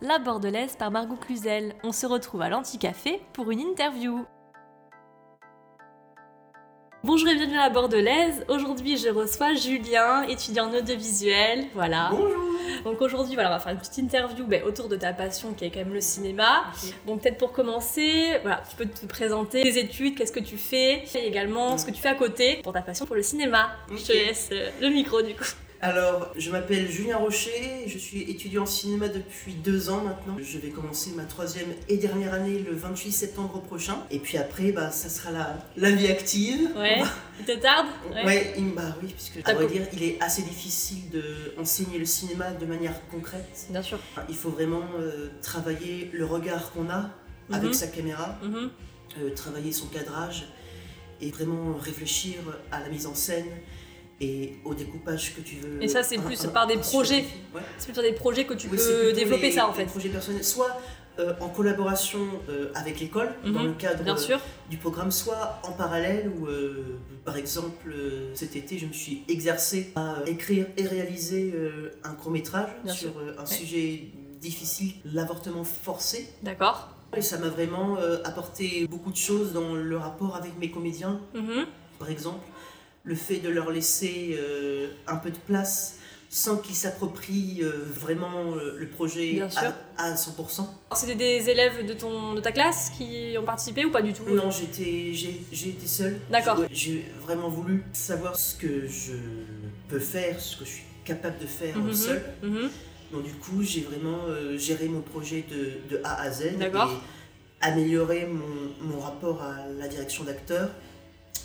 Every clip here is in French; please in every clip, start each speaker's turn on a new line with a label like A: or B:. A: La Bordelaise par Margot Cluzel. On se retrouve à l'Anticafé pour une interview. Bonjour et bienvenue à la Bordelaise. Aujourd'hui, je reçois Julien, étudiant en audiovisuel. Voilà.
B: Bonjour
A: Donc aujourd'hui, voilà, on va faire une petite interview ben, autour de ta passion qui est quand même le cinéma. Bon, peut-être pour commencer, voilà, tu peux te présenter tes études, qu'est-ce que tu fais, et également ce que tu fais à côté pour ta passion pour le cinéma. Je te
B: Ok.
A: laisse euh, le micro du coup.
B: Alors, je m'appelle Julien Rocher, je suis étudiant en cinéma depuis deux ans maintenant. Je vais commencer ma troisième et dernière année le 28 septembre prochain. Et puis après, bah, ça sera la, la vie active.
A: Ouais, il te tarde
B: Ouais, il- bah oui, puisque
A: Ah,
B: à vrai
A: cool.
B: dire, il est assez difficile de enseigner le cinéma de manière concrète.
A: Bien sûr.
B: Il faut vraiment euh, travailler le regard qu'on a avec
A: Mhm.
B: sa caméra,
A: Mhm.
B: euh, travailler son cadrage et vraiment réfléchir à la mise en scène et au découpage que tu veux.
A: Et ça, c'est
B: un-
A: plus
B: un-
A: par des
B: un-
A: projets.
B: Ouais.
A: C'est plutôt des projets que tu
B: Oui, c'est
A: peux
B: plutôt
A: développer
B: les-
A: ça en
B: les
A: fait.
B: projets personnels, soit euh, en collaboration euh, avec l'école, dans
A: Mhm,
B: le cadre
A: Bien
B: euh,
A: sûr.
B: du programme, soit en parallèle, où euh, par exemple euh, cet été, je me suis exercé à euh, écrire et réaliser euh, un court métrage
A: Bien
B: sur euh, un
A: Ouais.
B: sujet difficile, l'avortement forcé.
A: D'accord.
B: Et ça m'a vraiment euh, apporté beaucoup de choses dans le rapport avec mes comédiens,
A: Mhm.
B: par exemple, le fait de leur laisser euh, un peu de place sans qu'ils s'approprient euh, vraiment euh, le projet
A: Bien sûr.
B: à, à 100%.
A: Alors, C'était des élèves de, ton, de ta classe qui ont participé ou pas du tout
B: Non, j'étais, j'ai, j'ai été seule.
A: Mm. D'accord.
B: Ouais, J'ai vraiment voulu savoir ce que je peux faire, ce que je suis capable de faire
A: Mhm.
B: seule.
A: Mhm.
B: Donc du coup, j'ai vraiment euh, géré mon projet de, de A à Z.
A: D'accord.
B: Et amélioré mon, mon rapport à la direction d'acteur,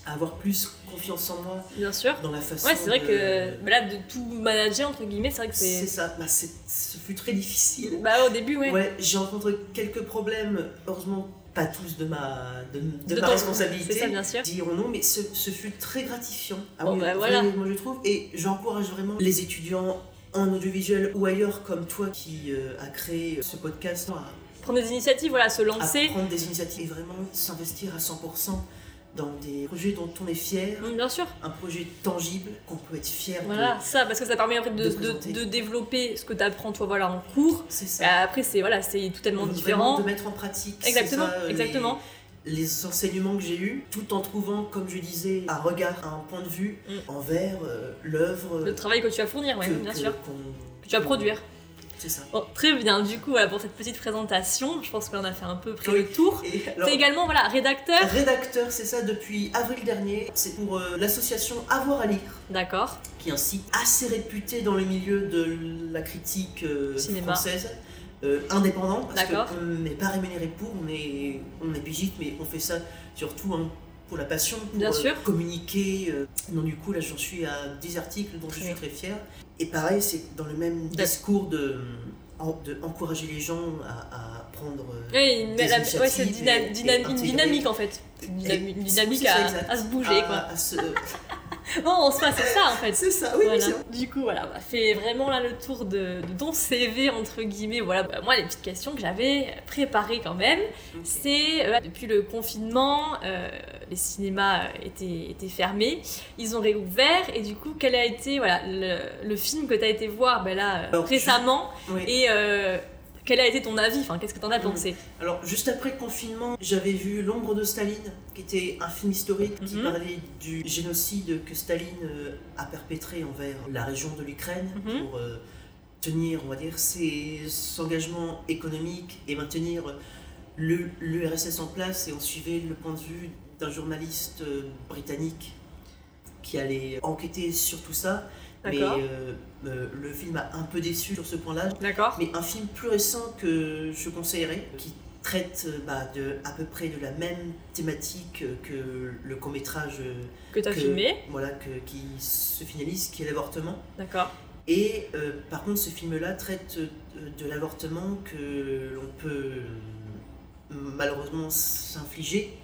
B: à avoir plus confiance en moi
A: Bien sûr.
B: dans la façon
A: Ouais, c'est vrai
B: de-
A: que bah là, de tout manager, entre guillemets, c'est vrai que
B: C'est
A: c'est.
B: ça, bah, c'est- ce fut très difficile.
A: Bah, au début, ouais.
B: Ouais, j'ai rencontré quelques problèmes, heureusement pas tous de ma, de, de
A: De
B: ma
A: ton-
B: responsabilité.
A: C'est ça, bien sûr.
B: Diront non, mais ce, ce fut très gratifiant. Ah
A: Bon,
B: oui,
A: bah, voilà.
B: vraiment, je trouve. Et j'encourage vraiment les étudiants en audiovisuel ou ailleurs comme toi qui euh, a créé ce podcast à,
A: Prendre des initiatives, voilà, se
B: à
A: lancer.
B: prendre des initiatives et vraiment s'investir à 100% dans des projets dont on est fier,
A: Mm, Bien sûr.
B: un projet tangible qu'on peut être fier
A: Voilà,
B: de.
A: ça, parce que ça permet après de,
B: de
A: de-
B: présenter.
A: de développer ce que tu apprends, toi, voilà, en cours.
B: C'est ça.
A: Bah, après, c'est voilà, c'est totalement
B: Vraiment
A: différent.
B: De mettre en pratique. c'est
A: Exactement,
B: ça, euh, les-
A: exactement.
B: les enseignements que j'ai eus, tout en trouvant, comme je disais, un regard, un point de vue
A: Mm.
B: envers euh, l'œuvre
A: Le travail que tu vas fournir, ouais,
B: que-
A: bien
B: que-
A: sûr.
B: qu'on-
A: Que tu vas produire.
B: C'est ça.
A: Bon, Oh, très bien, du coup, voilà, pour cette petite présentation, je pense qu'on a fait un peu près
B: Oui.
A: le tour.
B: Et alors,
A: T'es également, voilà, rédacteur.
B: rédacteur, c'est ça, depuis avril dernier. C'est pour euh, l'association Avoir à lire,
A: D'accord.
B: qui est un site assez réputé dans le milieu de la critique euh,
A: Cinéma.
B: française. euh, indépendant, parce
A: D'accord.
B: qu'on n'est pas rémunéré pour, on est, on est pigiste, mais on fait ça surtout hein, pour la passion, pour
A: Bien
B: euh,
A: sûr.
B: communiquer. euh. Non, du coup, là, j'en suis à 10 articles dont je
A: Très
B: suis
A: bien.
B: très fier. Et pareil, c'est dans le même
A: D'ac-
B: discours de, en- de encourager les gens à, à prendre. euh,
A: Oui, une-
B: Des
A: la- ouais, c'est
B: initiatives
A: dyna-
B: et- et
A: dyna- une
B: intégrer.
A: dynamique en fait. Une
B: Et-
A: dynam- une
B: c'est-
A: dynamique
B: c'est ça, exact. Ah.
A: à, à se bouger
B: À-
A: quoi.
B: à se-
A: Non, on se passe, c'est ça en fait.
B: C'est ça, oui, oui,
A: Voilà.
B: c'est vrai.
A: Du coup, voilà, on a fait vraiment là le tour de, de ton CV entre guillemets. Voilà, Bah, moi les petites questions que j'avais préparées quand même, c'est euh, depuis le confinement, euh, les cinémas euh, étaient, étaient fermés, ils ont réouvert et du coup, quel a été voilà le, le film que tu as été voir ben là euh,
B: Alors,
A: récemment
B: Oui.
A: et euh, quel a été ton avis Enfin, qu'est-ce que t'en as
B: Mm.
A: pensé
B: Alors, juste après le confinement, j'avais vu L'ombre de Staline, qui était un film historique qui
A: Mhm.
B: parlait du génocide que Staline euh, a perpétré envers la région de l'Ukraine
A: Mhm.
B: pour euh, tenir, on va dire, ses engagements économiques et maintenir euh, le- l'URSS en place. Et on suivait le point de vue d'un journaliste euh, britannique qui allait enquêter sur tout ça. Mais
A: D'accord.
B: euh, euh, le film a un peu déçu sur ce point-là.
A: D'accord.
B: Mais un film plus récent que je conseillerais, qui traite euh, bah, de, à peu près de la même thématique euh, que le court-métrage euh,
A: Que t'as
B: que-
A: filmé
B: voilà, que- qui se finalise, qui est l'avortement.
A: D'accord.
B: Et euh, par contre, ce film-là traite euh, de l'avortement que l'on peut euh, malheureusement s'infliger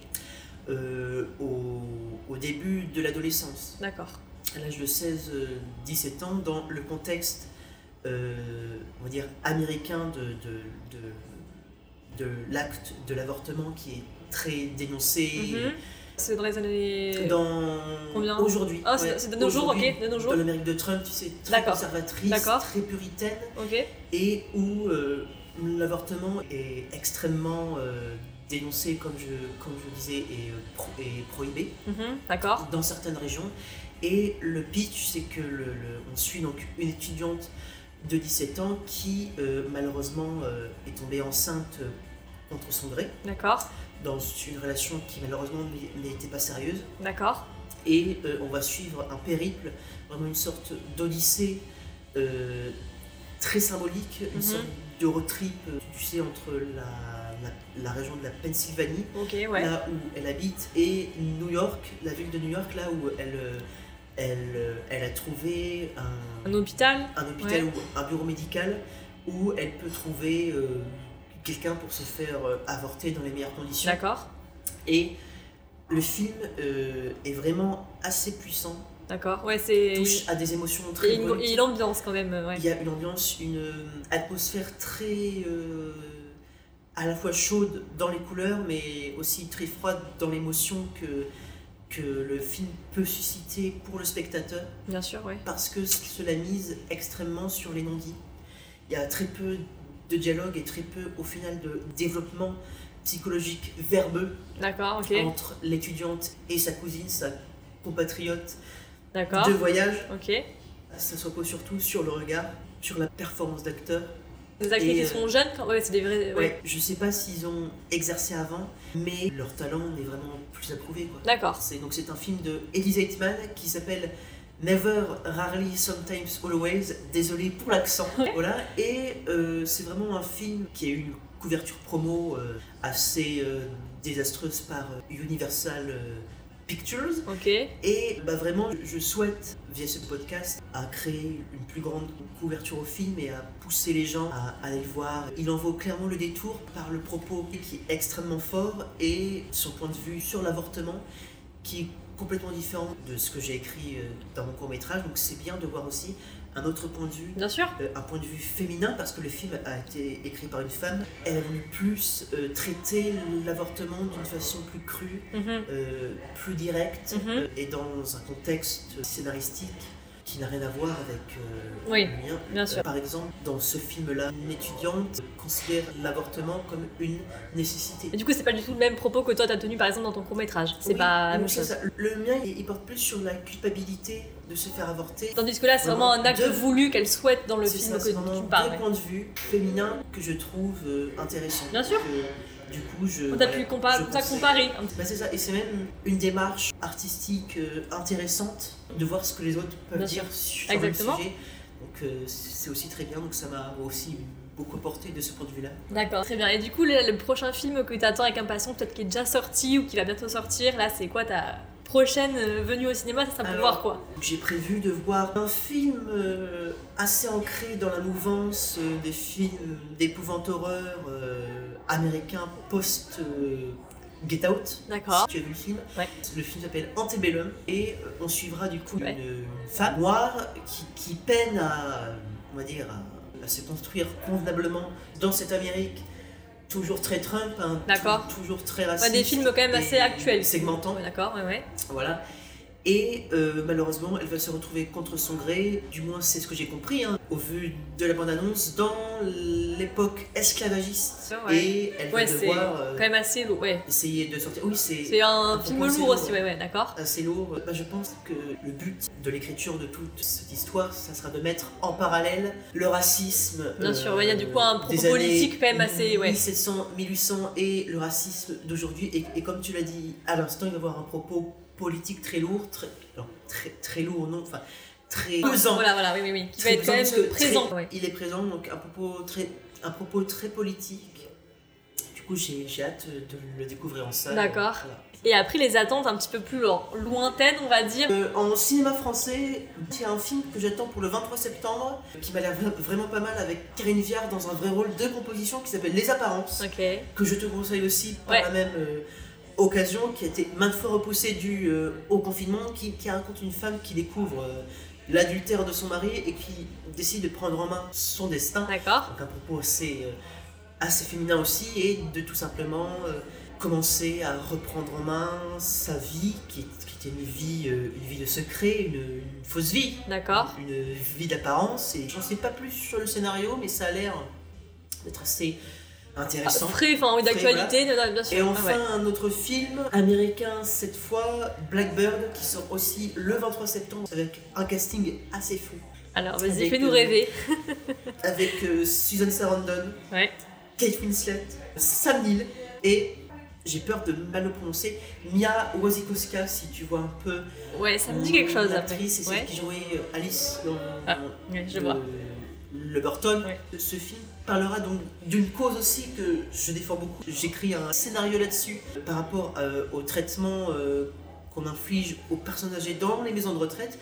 B: euh, au, au début de l'adolescence,
A: D'accord.
B: à l'âge de 16-17 ans, dans le contexte euh, on va dire américain de, de- de- de l'acte de l'avortement qui est très dénoncé
A: Mhm. C'est dans les années.
B: dans
A: Combien
B: aujourd'hui.
A: Ah, c'est- c'est de nos jours,
B: Aujourd'hui,
A: ok, de nos jours.
B: Dans l'Amérique de Trump, tu sais, très
A: D'accord.
B: conservatrice,
A: D'accord.
B: très puritaine
A: Ok.
B: et où euh, L'avortement est extrêmement euh, dénoncé, comme je, comme je le disais, et, euh, pro- et prohibé
A: Mhm, D'accord.
B: dans certaines régions. Et le pitch, c'est que le, le- on suit donc une étudiante de 17 ans qui euh, malheureusement euh, est tombée enceinte euh, contre son gré,
A: D'accord.
B: dans une relation qui malheureusement n- n'était pas sérieuse.
A: D'accord.
B: Et euh, on va suivre un périple, vraiment une sorte d'odyssée euh, très symbolique, une
A: Mhm.
B: sorte de road trip, euh, tu sais, entre la- la- la région de la Pennsylvanie
A: Ok, ouais.
B: là où elle habite, et New York, la ville de New York, là où elle, euh, elle, euh, elle a trouvé un,
A: Un hôpital
B: un hôpital ou un bureau médical où elle peut trouver euh, quelqu'un pour se faire euh, avorter dans les meilleures conditions.
A: D'accord.
B: Et le film euh, est vraiment assez puissant,
A: D'accord. Ouais, c'est.
B: touche à des émotions
A: Et
B: très
A: une,
B: brutes.
A: et une ambiance quand même, ouais.
B: Il y a une ambiance, une euh, atmosphère très. euh, à la fois chaude dans les couleurs, mais aussi très froide dans l'émotion que, que le film peut susciter pour le spectateur,
A: Bien sûr, ouais.
B: parce que cela mise extrêmement sur les non-dits. Il y a très peu de dialogue et très peu, au final, de développement psychologique verbeux
A: D'accord, ok.
B: entre l'étudiante et sa cousine, sa compatriote
A: D'accord.
B: de voyage.
A: Ok. Des
B: Ça se repose surtout sur le regard, sur la performance d'acteur.
A: actrices
B: Et,
A: qui
B: euh,
A: sont jeunes, quand... ouais, c'est des vrais. ouais.
B: Ouais, je sais pas s'ils ont exercé avant, mais leur talent n'est vraiment plus approuvé. Quoi.
A: D'accord.
B: C'est, donc c'est un film de Elise Eightman qui s'appelle Never, Rarely, Sometimes, Always. Désolé pour l'accent. voilà. Et euh, c'est vraiment un film qui a eu une couverture promo euh, assez euh, désastreuse par euh, Universal euh, Pictures.
A: Ok.
B: Et bah vraiment, je souhaite, via ce podcast, à créer une plus grande couverture au film et à pousser les gens à aller le voir. Il en vaut clairement le détour par le propos qui est extrêmement fort et son point de vue sur l'avortement qui est complètement différent de ce que j'ai écrit euh, dans mon court métrage. Donc c'est bien de voir aussi un autre point de vue.
A: Bien sûr.
B: euh, Un point de vue féminin parce que le film a été écrit par une femme. Elle a voulu plus euh, traiter l'avortement d'une façon plus crue,
A: Mhm.
B: euh, plus direct
A: Mhm.
B: euh, et dans un contexte scénaristique qui n'a rien à voir avec euh,
A: Oui,
B: le mien.
A: Bien sûr.
B: Euh, par exemple, dans ce film-là, une étudiante considère l'avortement comme une nécessité.
A: Et du coup, c'est pas du tout le même propos que toi t'as tenu par exemple dans ton court métrage. C'est
B: Oui,
A: pas la
B: non,
A: même
B: c'est
A: chose.
B: ça. Le mien, il il porte plus sur la culpabilité de se faire avorter.
A: Tandis que là, c'est vraiment un acte
B: Deux-
A: voulu qu'elle souhaite dans le
B: C'est
A: film
B: ça,
A: que
B: c'est vraiment
A: tu parles.
B: deux
A: ouais.
B: points de vue féminins que je trouve euh, intéressants.
A: Bien sûr.
B: Que, du coup, je.
A: T'as
B: voilà,
A: pu compa-
B: je
A: t'as
B: conseille.
A: comparé un petit
B: Bah, c'est ça, et c'est même une démarche artistique euh, intéressante de voir ce que les autres peuvent
A: Bien
B: dire sur
A: Exactement.
B: le sujet. Donc euh, c'est aussi très bien, donc ça m'a aussi beaucoup porté de ce point de vue-là.
A: D'accord, très bien. Et du coup, le, le prochain film que t'attends avec impatience, peut-être qui est déjà sorti ou qui va bientôt sortir, là, c'est quoi ta prochaine euh, venue au cinéma Ça, ça peut
B: Alors,
A: voir quoi
B: Donc, J'ai prévu de voir un film euh, assez ancré dans la mouvance euh, des films d'épouvante horreur euh, américains post euh, Get Out.
A: D'accord.
B: Si tu as vu le film,
A: Ouais.
B: le film s'appelle Antebellum et euh, on suivra du coup
A: Ouais.
B: une femme noire qui, qui peine à, on va dire, à, à se construire convenablement dans cette Amérique toujours très Trump, hein,
A: D'accord.
B: tou- toujours très raciste.
A: Ouais, des films quand même assez
B: et
A: actuels.
B: Segmentant,
A: Ouais, D'accord, ouais, ouais.
B: voilà. Et euh, malheureusement, elle va se retrouver contre son gré, du moins c'est ce que j'ai compris, hein, au vu de la bande-annonce, dans l'époque esclavagiste.
A: Ouais.
B: Et elle va
A: Ouais, c'est
B: devoir euh,
A: quand même assez lourd. Ouais.
B: essayer de sortir. Oui,
A: C'est un
B: propos
A: film
B: assez
A: lourd
B: lourd.
A: aussi, ouais, ouais, d'accord.
B: assez lourd. Bah, je pense que le but de l'écriture de toute cette histoire, ça sera de mettre en parallèle le racisme. euh,
A: Bien sûr, ouais, il y a du coup un propos
B: des années
A: politique quand même assez- ouais.
B: 1700, 1800 et le racisme d'aujourd'hui. Et, et comme tu l'as dit à l'instant, il va y avoir un propos politique très lourd, très, non, très, très lourd, non, enfin très pesant.
A: Voilà, voilà, oui, oui, oui. Qui va
B: Très
A: être quand
B: pesant,
A: même euh,
B: parce que
A: présent.
B: très-
A: ouais.
B: Il est présent, donc un propos très, un propos très politique. Du coup, j'ai j'ai hâte de le découvrir en salle.
A: D'accord.
B: Voilà.
A: Et après, les attentes un petit peu plus genre, lointaines, on va dire.
B: Euh, en cinéma français, il y a un film que j'attends pour le 23 septembre qui m'a l'air vra- vraiment pas mal avec Karine Viard dans un vrai rôle de composition qui s'appelle Les Apparences,
A: Ok.
B: que je te conseille aussi par
A: Ouais.
B: la même euh, occasion, qui a été maintes fois repoussée dû euh, au confinement, qui, qui raconte une femme qui découvre euh, l'adultère de son mari et qui décide de prendre en main son destin.
A: D'accord.
B: Donc un propos assez, euh, assez féminin aussi et de tout simplement euh, commencer à reprendre en main sa vie qui, est- qui était une vie, euh, une vie de secret, une, une fausse vie,
A: D'accord.
B: une vie d'apparence. Et j'en sais pas plus sur le scénario, mais ça a l'air d'être assez intéressant.
A: Frais, enfin, oui,
B: Frais,
A: d'actualité, non, non, Ah, bien sûr.
B: Et enfin,
A: ouais, ouais.
B: un autre film américain, cette fois, Blackbird, qui sort aussi le 23 septembre, avec un casting assez fou.
A: Alors, vas-y,
B: avec,
A: fais-nous
B: euh,
A: rêver.
B: Avec euh, Susan Sarandon,
A: Ouais.
B: Kate Winslet, Sam Neill et, j'ai peur de mal le prononcer, Mia Wasikowska, si tu vois un peu. euh,
A: ouais, ça me dit quelque chose après.
B: L'actrice, c'est
A: Ouais.
B: celle qui jouait euh, Alice dans
A: Ah,
B: dans
A: ouais, je
B: le,
A: vois.
B: Euh, le Burton.
A: Ouais.
B: Ce film parlera donc d'une cause aussi que je défends beaucoup. J'écris un scénario là-dessus par rapport euh, au traitement euh, qu'on inflige aux personnes âgées dans les maisons de retraite.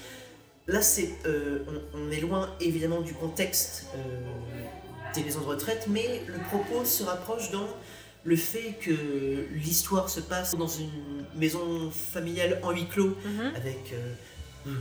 B: Là, c'est, euh, on, on est loin évidemment du contexte euh, des maisons de retraite, mais le propos se rapproche dans le fait que l'histoire se passe dans une maison familiale en huis clos
A: Mhm,
B: avec euh,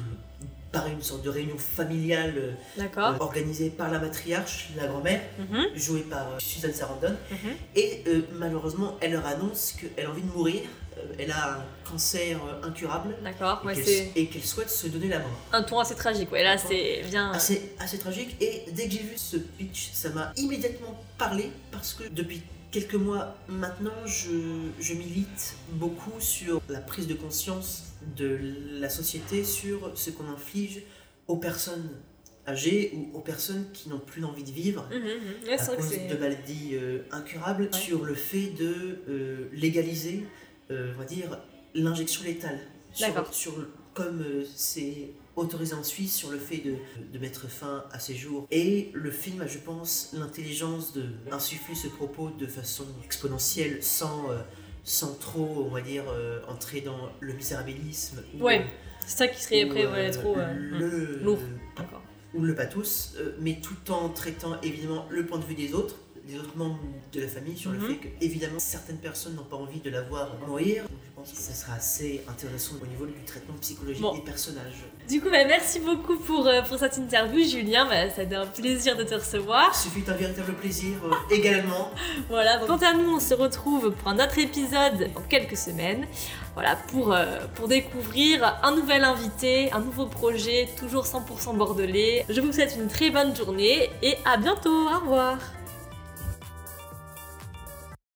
B: par une sorte de réunion familiale euh,
A: D'accord.
B: organisée par la matriarche, la grand-mère,
A: Mhm,
B: jouée par euh, Suzanne Sarandon.
A: mhm.
B: Et euh, malheureusement, elle leur annonce qu'elle a envie de mourir, euh, elle a un cancer euh, incurable
A: D'accord,
B: et
A: ouais,
B: qu'elle-
A: c'est
B: et qu'elle souhaite se donner la mort.
A: un ton assez tragique. Ouais, là,
B: Un ton
A: c'est bien.
B: Assez, assez tragique. Et dès que j'ai vu ce pitch, ça m'a immédiatement parlé parce que depuis quelques mois maintenant, je, je milite beaucoup sur la prise de conscience de la société sur ce qu'on inflige aux personnes âgées ou aux personnes qui n'ont plus envie de vivre
A: Mhm, mhm. Ouais,
B: à
A: c'est vrai que
B: cause
A: c'est.
B: de maladies euh, incurables
A: Ouais.
B: sur le fait de euh, légaliser, euh, on va dire, l'injection létale. Sur-
A: D'accord.
B: sur le- comme euh, c'est autorisé en Suisse sur le fait de, de mettre fin à ces jours. Et le film a, je pense, l'intelligence de insuffler ce propos de façon exponentielle sans, euh, sans trop, on va dire, euh, entrer dans le misérabilisme. ou,
A: Ouais,
B: euh,
A: C'est ça qui serait
B: ou,
A: après
B: euh,
A: ouais, trop. euh, mhm.
B: le-
A: Lourd. D'accord.
B: ou le pathos, euh, mais tout en traitant évidemment le point de vue des autres, des autres membres de la famille, sur
A: Mhm.
B: le fait que évidemment certaines personnes n'ont pas envie de la voir mourir. Donc, je pense que ça sera assez intéressant au niveau du traitement psychologique
A: Bon.
B: des personnages.
A: Du coup, bah, merci beaucoup pour, euh, pour cette interview, Julien. Bah, ça a été un plaisir de te recevoir.
B: Ce fut un véritable plaisir euh, également.
A: Voilà, donc, quant à nous, on se retrouve pour un autre épisode dans quelques semaines. Voilà, pour, euh, pour découvrir un nouvel invité, un nouveau projet, toujours 100% bordelais. Je vous souhaite une très bonne journée et à bientôt. Au revoir.